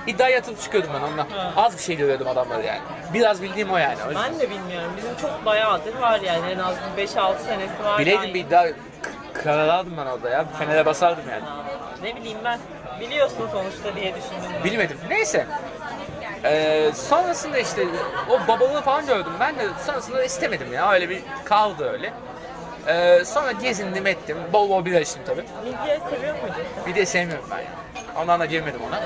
A: İddiaya atılıp çıkıyordum ben ondan.
B: Ha.
A: Az bir şey görüyordum adamları yani. Biraz bildiğim o yani. O yüzden.
B: Ben de bilmiyorum. Bizim çok bayağıdır var yani. En az bir 5-6 senesi var.
A: Bileydim
B: Yani.
A: bir iddia k- karar aldım ben orada ya. Fener'e basardım yani.
B: Ha, Ne bileyim ben. Biliyorsun sonuçta diye düşündüm.
A: Bilmedim. Neyse. Ee, sonrasında işte o babalığı falan gördüm. Ben de sonrasında da istemedim ya. Öyle bir kaldı öyle. Ee, sonra gezindim ettim. Bol bol bira içtim tabii.
B: Midye seviyor muydun?
A: Bir de sevmiyorum ben. yani. Ondan da girmedim ona.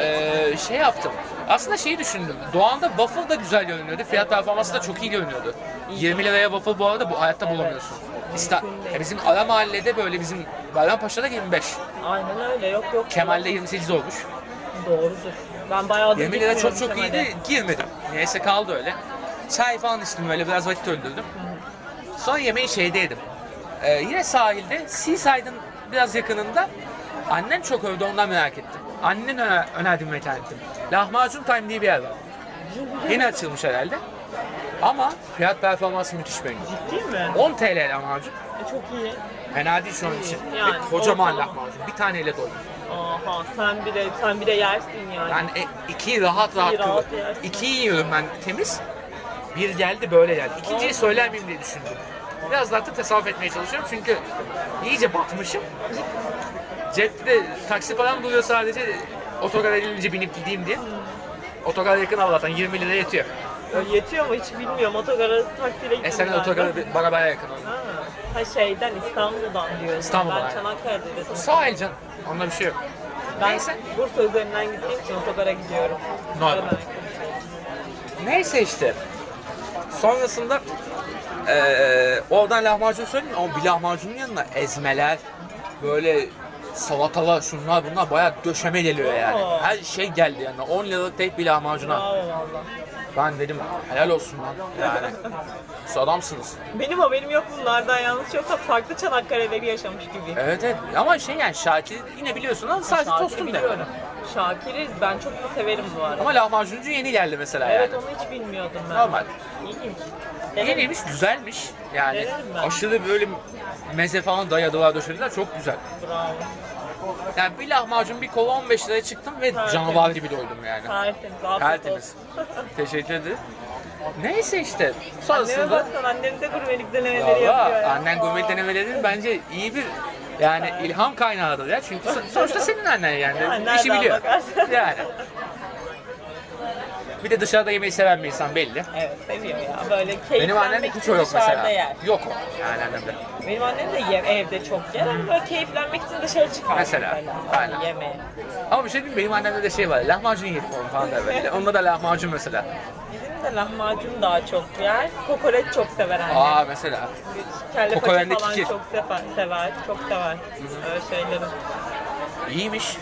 A: Ee, şey yaptım. Aslında şeyi düşündüm. Doğan'da waffle da güzel görünüyordu. Fiyat performansı da çok iyi görünüyordu. 20 liraya waffle bu arada bu hayatta bulamıyorsun. İsta, ya bizim ara mahallede böyle bizim Bayrampaşa'da 25.
B: Aynen öyle. Yok yok.
A: Kemal'de 28 olmuş.
B: Doğrudur. Ben bayağıdır
A: 20 lira çok çok
B: gitmiyorum
A: iyiydi. Girmedim. Neyse kaldı öyle. Çay falan içtim böyle biraz vakit öldürdüm. Sonra yemeği şeyde yedim. Ee, yine sahilde Seaside'ın biraz yakınında annem çok övdü ondan merak ettim. Annen öner- önerdi bir mekan gittim. Lahmacun Time diye bir yer var. Yeni açılmış herhalde. Ama fiyat performansı müthiş bence.
B: Kemal'de. Değil mi?
A: 10 TL lahmacun.
B: E, çok iyi.
A: Fena değil şu an için.
B: Yani,
A: Ve kocaman
B: ortalama.
A: lahmacun. Bir taneyle doyum.
B: Aha sen bir de sen bir de yersin yani.
A: Ben e, ikiyi rahat rahat
B: İkiyi rahat
A: yiyorum.
B: yersin.
A: İkiyi yiyorum ben temiz. Bir geldi böyle geldi. İkinciyi söyler miyim diye düşündüm. Biraz daha da tasavvuf etmeye çalışıyorum çünkü iyice batmışım. Cepte de taksi param duruyor sadece otogara gelince binip gideyim
B: Hmm.
A: diye. Otogar yakın ama zaten 20 lira yetiyor.
B: Ya Yetiyor mu hiç bilmiyorum. Otogara taksiyle gittim.
A: Esenler
B: galiba.
A: E, otogarı bi- bana baya yakın.
B: Ha. ha şeyden İstanbul'dan diyorsun.
A: İstanbul'dan,
B: Ben
A: aynen.
B: Çanakkale'de dedim.
A: Sahil can. Onda bir şey yok.
B: Ben
A: Neyse.
B: Bursa üzerinden gittiğim için otogara gidiyorum.
A: Normal.
B: Otogara gidiyorum.
A: Neyse işte. Sonrasında eee oradan lahmacun söyledim ama bir lahmacunun yanına ezmeler, böyle salatalar, şunlar bunlar bayağı döşeme geliyor yani.
B: Oo.
A: Her şey geldi yani. 10 liralık tek bir lahmacuna.
B: Bravo valla.
A: Ben dedim helal olsun lan yani. Siz adamsınız.
B: Benim haberim yok bunlardan yalnız yoksa farklı Çanakkale'leri yaşamış gibi.
A: Evet evet ama şey yani Şakir yine biliyorsun ama sadece
B: Şakir'i
A: tostum
B: biliyorum.
A: demedim.
B: Şakir'i ben çok da severim bu arada.
A: Ama lahmacuncu yeni geldi mesela
B: Evet
A: yani.
B: onu hiç bilmiyordum ben.
A: Normal.
B: İlginç.
A: Yeniymiş, güzelmiş. Yani
B: Denerim ben.
A: aşırı böyle meze falan dayadılar döşediler. Çok güzel.
B: Bravo.
A: Yani bir lahmacun bir kola 15 liraya çıktım ve
B: Tertemiz.
A: canavar gibi doydum yani.
B: Tertemiz. afiyet
A: Tertemiz.
B: olsun.
A: Teşekkür ederim. Neyse işte
B: Anneme
A: sonrasında
B: baksan annem de gurmelik denemeleri yapıyor
A: valla
B: ya.
A: annen gurme denemeleri bence iyi bir yani ilham kaynağıdır ya çünkü son- sonuçta senin annen yani,
B: Yani
A: işi
B: nereden
A: biliyor.
B: bakarsan.
A: Yani. Bir de dışarıda yemeği seven bir insan belli.
B: Evet seviyor ya böyle
A: Benim annem
B: keyiflenmek
A: hiç o
B: için
A: yok
B: dışarıda
A: mesela.
B: yer.
A: Yok o yani annemde.
B: Benim annem de ye- evde çok yer ama böyle keyiflenmek için dışarı çıkar
A: Mesela, aynen.
B: Yemeğe.
A: Ama bir şey diyeyim mi? benim annemde de şey var lahmacun yedim oğlum falan da böyle. Onda da lahmacun mesela.
B: Bizim de lahmacun daha çok yer. Kokoreç çok sever annem.
A: Aa mesela.
B: Kelle paça
A: kokorendeki
B: falan
A: keki.
B: çok sever, sever. Çok sever. Öyle şeyleri.
A: İyiymiş.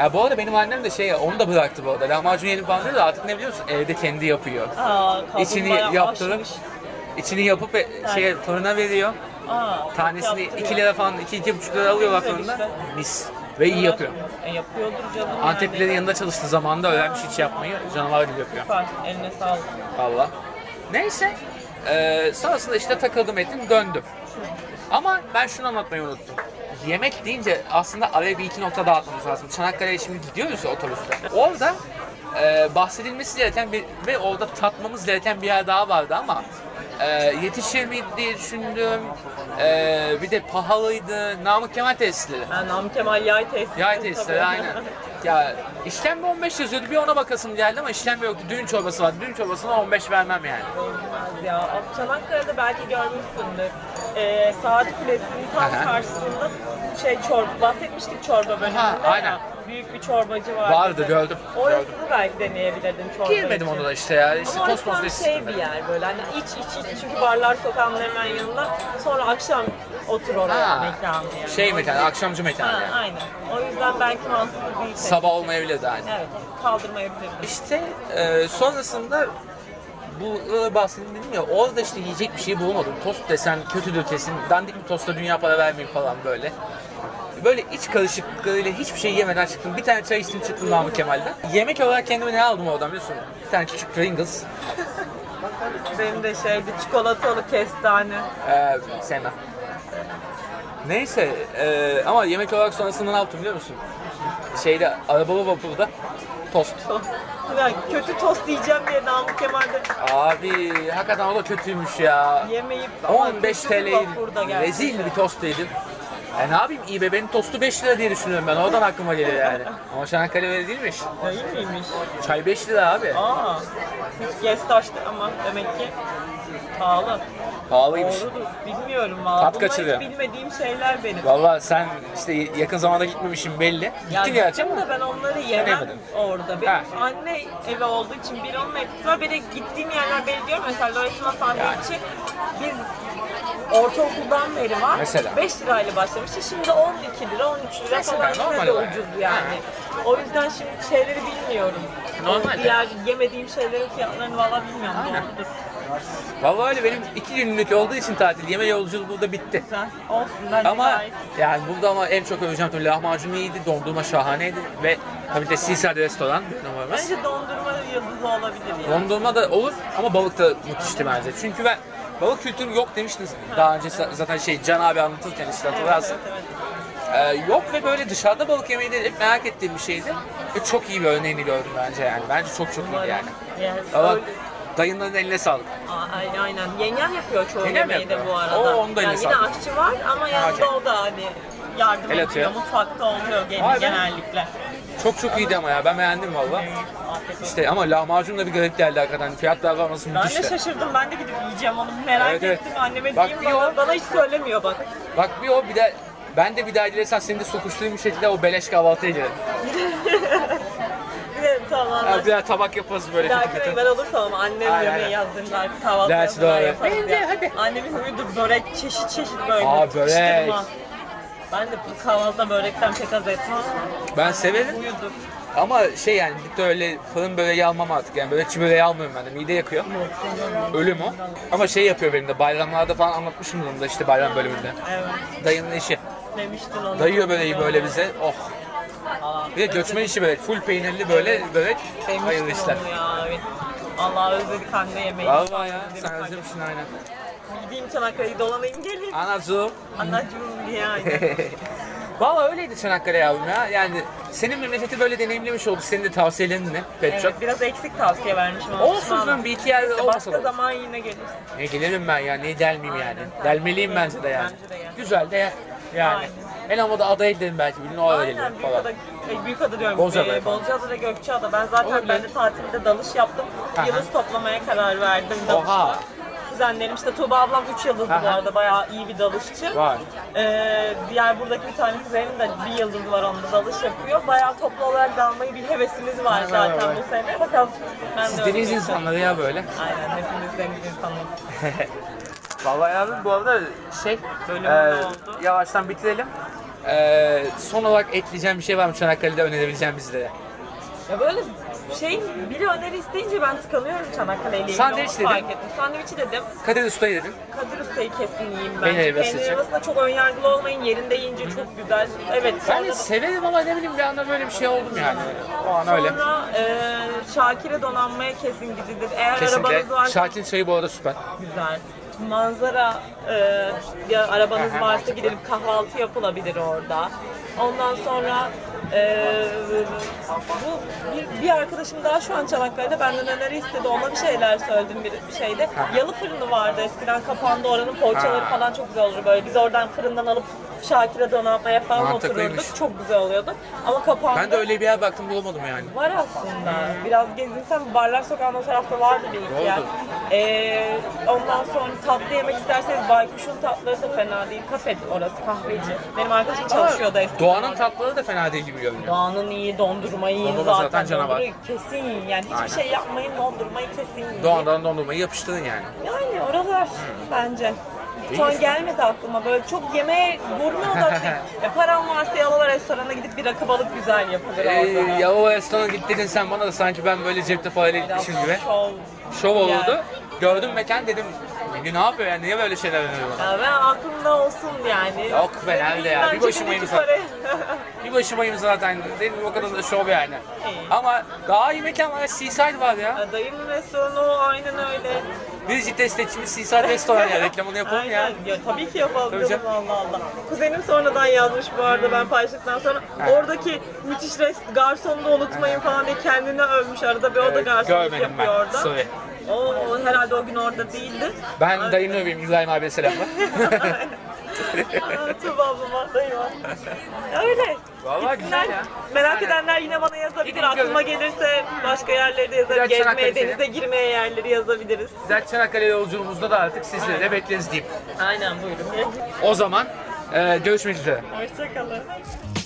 A: Ya bu arada benim annem de şey onu da bıraktı bu arada. Lahmacun yedim falan dedi de artık ne biliyor musun? Evde kendi yapıyor.
B: Aa, kadın
A: İçini
B: bayağı
A: yaptırıp
B: aşmış.
A: içini yapıp e, şeye fırına veriyor.
B: Aa,
A: Tanesini
B: yaptırıyor.
A: 2 lira falan, 2-2,5 lira alıyorlar
B: Güzel
A: sonunda.
B: işte.
A: Mis. Ve iyi yapıyor.
B: E, yapıyordur canım. yani.
A: Anteplilerin yanında çalıştığı zamanında öğrenmiş hiç yapmayı. Canavar gibi yapıyor.
B: Süper. Eline sağlık.
A: Valla. Neyse. Ee, sonrasında işte takıldım ettim döndüm. Ama ben şunu anlatmayı unuttum. Yemek deyince aslında araya bir iki nokta daha atmamız lazım. Çanakkale'ye şimdi gidiyoruz ya otobüste. Orada e, bahsedilmesi gereken bir, ve orada tatmamız gereken bir yer daha vardı ama e, yetişir mi diye düşündüm. E, bir de pahalıydı. Namık Kemal tesisleri.
B: Ben Namık Kemal yay tesisleri.
A: Yay tesisleri
B: tabii.
A: aynen. Ya işkembe 15 yazıyordu bir ona bakasım geldi ama işkembe yoktu. Düğün çorbası vardı. Düğün çorbasına 15 vermem yani.
B: Olmaz ya. Abi Çanakkale'de belki görmüşsündür. Ee, Saat Kulesi'nin tam
A: Aha.
B: karşısında şey çorba, bahsetmiştik çorba bölümünde
A: Ha,
B: ya.
A: aynen.
B: Büyük bir çorbacı vardı.
A: Vardı, gördüm, gördüm.
B: Orasını belki deneyebilirdin çorba
A: Girmedim
B: için.
A: ona da işte ya. İşte
B: Ama
A: tost
B: orası
A: tost
B: tam şey bir yer böyle hani iç iç iç çünkü barlar sokağın hemen yanında sonra akşam otur oraya
A: Ha,
B: mekanı yani.
A: şey mekanı, akşamcı
B: Ha,
A: mekanı yani.
B: aynen. O yüzden belki mantıklı değil.
A: Sabah olmayabilir yani.
B: Evet kaldırmayabilirdim.
A: İşte e, sonrasında bu e, bahsedeyim dedim ya orada işte yiyecek bir şey bulamadım. Tost desen kötüdür kesin. Dandik bir tosta dünya para vermeyeyim falan böyle. Böyle iç karışıklığıyla hiçbir şey yemeden çıktım. Bir tane çay içtim çıktım Namık Kemal'den. Yemek olarak kendime ne aldım oradan biliyor musun? Bir tane küçük Pringles.
B: Benim de şeydi çikolatalı kestane.
A: Ee, sevmem. Neyse e, ama yemek olarak sonrasında ne yaptım biliyor musun? Şeyde arabalı vapurda tost.
B: tost. Yani kötü tost diyeceğim diye Namık Kemal'de
A: Abi hakikaten o da kötüymüş ya.
B: yemeyip ama
A: 15
B: kötü bir
A: TL'yi
B: vapurda geldi.
A: rezil bir tost yedim. E ne yapayım İBB'nin tostu 5 lira diye düşünüyorum ben. Oradan aklıma geliyor yani. Ama Çanakkale öyle değilmiş.
B: Ya iyi miymiş?
A: Çay 5 lira abi.
B: Aa. Hiç gestaştı ama demek ki pahalı.
A: Pahalıymış.
B: Doğrudur. Bilmiyorum valla.
A: Tat
B: Bunlar
A: kaçırıyor.
B: hiç bilmediğim şeyler benim.
A: Valla sen işte yakın zamanda gitmemişsin belli. Gittin gerçi
B: gittim
A: ama.
B: de ben onları yemem
A: Yemedim.
B: orada. Benim
A: Ha.
B: anne evi olduğu için bir onun etkisi var. Bir de gittiğim yerler belli diyorum. Mesela Loretima sandviçi biz ortaokuldan beri var.
A: Mesela.
B: 5 lirayla başlamıştı. Şimdi 12 lira, 13 lira
A: Mesela,
B: falan yine
A: normal
B: de
A: olarak.
B: ucuz yani. O yüzden şimdi şeyleri bilmiyorum.
A: Normal
B: O Diğer yemediğim şeylerin fiyatlarını valla bilmiyorum.
A: Aynen.
B: Doğrudur.
A: Valla öyle benim 2 günlük olduğu için tatil. Yeme yolculuğu burada bitti.
B: Güzel. Olsun bence
A: Ama
B: gayet.
A: yani burada ama en çok öveceğim tabii lahmacun iyiydi, dondurma şahaneydi ve tabii de Seaside restoran numaramız.
B: Bence dondurma yıldızı olabilir yani.
A: Dondurma da olur ama balık da müthişti bence. Çünkü ben balık kültürü yok demiştiniz. Daha önce sa- zaten şey Can abi anlatırken işte hatırlarsın.
B: evet.
A: Ee, yok ve böyle dışarıda balık yemeyi de hep merak ettiğim bir şeydi. Ve çok iyi bir örneğini gördüm bence yani. Bence çok çok iyi yani.
B: Yani
A: Ama
B: öyle-
A: dayının eline sağlık.
B: Aa, ay- aynen. Yengem yapıyor çoğu
A: Yengem
B: yemeği de
A: yapıyor.
B: bu arada.
A: Oo, onu da
B: yani
A: eline
B: yine
A: sağlık.
B: aşçı var ama yanında
A: okey.
B: o da hani yardım
A: El
B: ediyor.
A: atıyor.
B: Mutfakta olmuyor gene-
A: Vay be.
B: genellikle.
A: Çok çok iyiydi ama ya ben beğendim valla.
B: Afiyet olsun.
A: İşte ama lahmacun da bir garip geldi hakikaten. Fiyatlar var nasıl
B: Ben de
A: müthişti.
B: şaşırdım. Ben de gidip yiyeceğim onu. Merak
A: Evet, evet.
B: ettim. Anneme
A: Bak
B: diyeyim
A: bir
B: bana,
A: o-
B: bana hiç söylemiyor bak.
A: Bak bir o bir de ben de bir daha dilersen seni de sokuştuğum bir şekilde o beleş kahvaltıya gelirim.
B: Bir de tamam.
A: Ya bir daha tabak yaparız böyle
B: Bir
A: kötü
B: dahaki
A: kötü.
B: ben olursam ama annem
A: Aynen,
B: yemeği
A: aynen.
B: yazdığında artık kahvaltı
A: Dersi
B: yazdılar
A: doğru.
B: yaparız
A: Benim de,
B: ya.
A: hadi.
B: Annemin huyudur börek çeşit çeşit böyle
A: Aa,
B: tıkıştırma.
A: börek.
B: Ben de bu kahvaltıda börekten pek az etmem.
A: Ben severim.
B: Huyudur.
A: Ama şey yani gidip de öyle fırın böreği almam artık yani börekçi böreği almıyorum ben de mide yakıyor. Ölüm o. Ama şey yapıyor benim de bayramlarda falan anlatmışım bunu da işte bayram bölümünde.
B: Evet.
A: Dayının işi.
B: Demiştin onu.
A: Dayıyor böreği böyle bize. Oh.
B: Aa,
A: Bir de göçmen işi börek. Full peynirli böyle börek.
B: demiştin
A: Hayırlı işler.
B: onu ya, evet. Allah özledik anne yemeği.
A: Vallahi ya
B: Özledik
A: sen
B: anne.
A: özlemişsin aynen.
B: Gideyim Çanakkale'yi dolanayım geleyim.
A: Anacığım.
B: Anacığım diye aynen.
A: Valla öyleydi Çanakkale yavrum ya. Yani senin memleketi böyle deneyimlemiş olduk. Senin de tavsiyelerin ne? Pet Shop.
B: Evet, biraz eksik tavsiye vermişim. ama
A: Olsun
B: pişmanım.
A: canım, bir iki yer
B: Neyse,
A: olmasa da
B: Başka
A: olur.
B: zaman yine gelirsin.
A: Ne gelirim ben ya, niye delmeyeyim yani?
B: Aynen.
A: Delmeliyim bence de yani.
B: Bence de yani.
A: Güzel de yani.
B: Aynen.
A: En ama da adaya gidelim belki, birine oraya
B: Aynen
A: gelirim
B: Büyükada,
A: falan.
B: e, Büyükada diyorum.
A: Bozcaada
B: e,
A: yapalım.
B: Bozcaada ve Gökçeada. Ben zaten
A: Olabilir.
B: ben de tatilde dalış yaptım.
A: Aha.
B: Yıldız toplamaya karar verdim
A: Oha.
B: dalışla. Kuzenlerim işte Tuğba ablam 3 yıldızlı
A: Aha.
B: bu arada bayağı iyi bir dalışçı.
A: Vay.
B: Ee, diğer buradaki bir tane kuzenim de bir yıldızlı var onda dalış yapıyor. Bayağı toplu olarak dalmayı bir hevesimiz var
A: Vay, vay,
B: zaten
A: vay.
B: bu sene. Bakalım ben
A: Siz
B: de
A: deniz
B: öyle
A: insanları ya böyle.
B: Aynen hepimiz deniz insanıyız.
A: Vallahi abi bu arada şey,
B: Bölümü
A: e,
B: ne oldu?
A: yavaştan bitirelim. E, son olarak ekleyeceğim bir şey var mı Çanakkale'de önerebileceğim bizlere?
B: Ya böyle şey biri öneri isteyince ben tıkanıyorum Çanakkale'yle ilgili.
A: Sandviç
B: Onu
A: dedim.
B: Fark ettim. Sandviçi dedim.
A: Kadir Usta'yı dedin.
B: Kadir Usta'yı kesin yiyeyim
A: Peynir
B: bence.
A: helvası
B: Peynir
A: için.
B: helvasına çok önyargılı olmayın. Yerinde yiyince çok güzel. Evet.
A: Ben
B: sonra
A: de
B: da-
A: severim ama ne bileyim bir anda böyle bir şey oldum yani. O an öyle.
B: Sonra e, Şakir'e donanmaya kesin gidilir. Eğer
A: Kesinlikle.
B: arabanız varsa
A: Şakir'in çayı bu arada süper.
B: güzel. Manzara e, ya arabanız
A: Aha.
B: varsa gidilip kahvaltı yapılabilir orada. Ondan sonra e, bu bir, bir arkadaşım daha şu an Çanakkale'de benden öneri istedi. Ona bir şeyler söyledim bir, bir şeyde. Yalı fırını vardı eskiden kapandı oranın poğaçaları
A: Ha.
B: falan çok güzel olur böyle. Biz oradan fırından alıp Şakir'e donanmaya falan
A: Mantıklıymış.
B: otururduk. Çok güzel oluyordu. Ama kapandı.
A: Ben de öyle bir yer baktım bulamadım yani.
B: Var aslında. Biraz gezinsem barlar sokağın o tarafta vardı bir iki yer.
A: Oldu.
B: Ee, ondan sonra tatlı yemek isterseniz Baykuş'un tatlıları da fena değil. Kafe orası kahveci. Benim arkadaşım çalışıyordu eskiden.
A: Doğan'ın tatlıları da fena değil gibi görünüyor.
B: Doğanın iyi, dondurmayı yiyin
A: Dondurma zaten
B: zaten.
A: canavar.
B: Dondurmayı kesin yiyin. Yani hiçbir
A: Aynen.
B: şey yapmayın, dondurmayı kesin yiyin.
A: Doğan'dan dondurmayı yapıştırın yani.
B: Yani oralar bence.
A: Hmm. İyi
B: Şu an
A: işte.
B: gelmedi aklıma böyle çok yemeğe gurme odaklı. e, param varsa Yalova restorana gidip bir rakı balık güzel yapılır
A: Ee,
B: orada.
A: ya o restorana gittin sen bana da sanki ben böyle cepte parayla
B: Biraz
A: gitmişim gibi.
B: şov.
A: Şov oldu.
B: Yani.
A: Gördüm mekan dedim. "Bilgi ne yapıyor yani niye böyle şeyler öneriyor? bana?"
B: Ya ben aklımda olsun yani.
A: Yok be,
B: Ne
A: nerede
B: bileyim
A: ya?
B: ben
A: Bir başıma
B: cebimdeki
A: insan.
B: parayı.
A: Bir başımayım zaten dedim o kadar da şov yani.
B: İyi.
A: Ama daha iyi mekan var Seaside var ya.
B: Dayımın restoranı o aynen öyle.
A: Bir ciddi seçimiz Seaside Restoran ya reklamını yapalım ya.
B: Aynen. tabii ki yapalım
A: Tabii
B: canım,
A: canım.
B: Allah Allah. Kuzenim sonradan yazmış bu arada ben paylaştıktan sonra.
A: Ha.
B: Oradaki müthiş rest, garsonu da unutmayın falan diye kendine övmüş arada. Bir o da
A: Evet,
B: garsonluk
A: görmedim
B: yapıyor
A: ben,
B: orada.
A: sorry.
B: O, o herhalde o gün orada değildi.
A: Ben dayını öveyim İbrahim abiye selamlar.
B: Aa, Tuba ablama dayıma. Öyle.
A: Vallahi
B: Gitsinler.
A: güzel ya.
B: Merak
A: Aynen.
B: edenler yine bana yazabilir.
A: Gidin
B: Aklıma
A: görün.
B: gelirse başka yerleri de yazarım.
A: Biraz
B: Gezmeye,
A: Çanakkale'ye.
B: denize girmeye yerleri yazabiliriz.
A: Güzel Çanakkale yolculuğumuzda da artık sizleri de bekleriz diyeyim.
B: Aynen buyurun.
A: O zaman e, görüşmek üzere.
B: Hoşçakalın.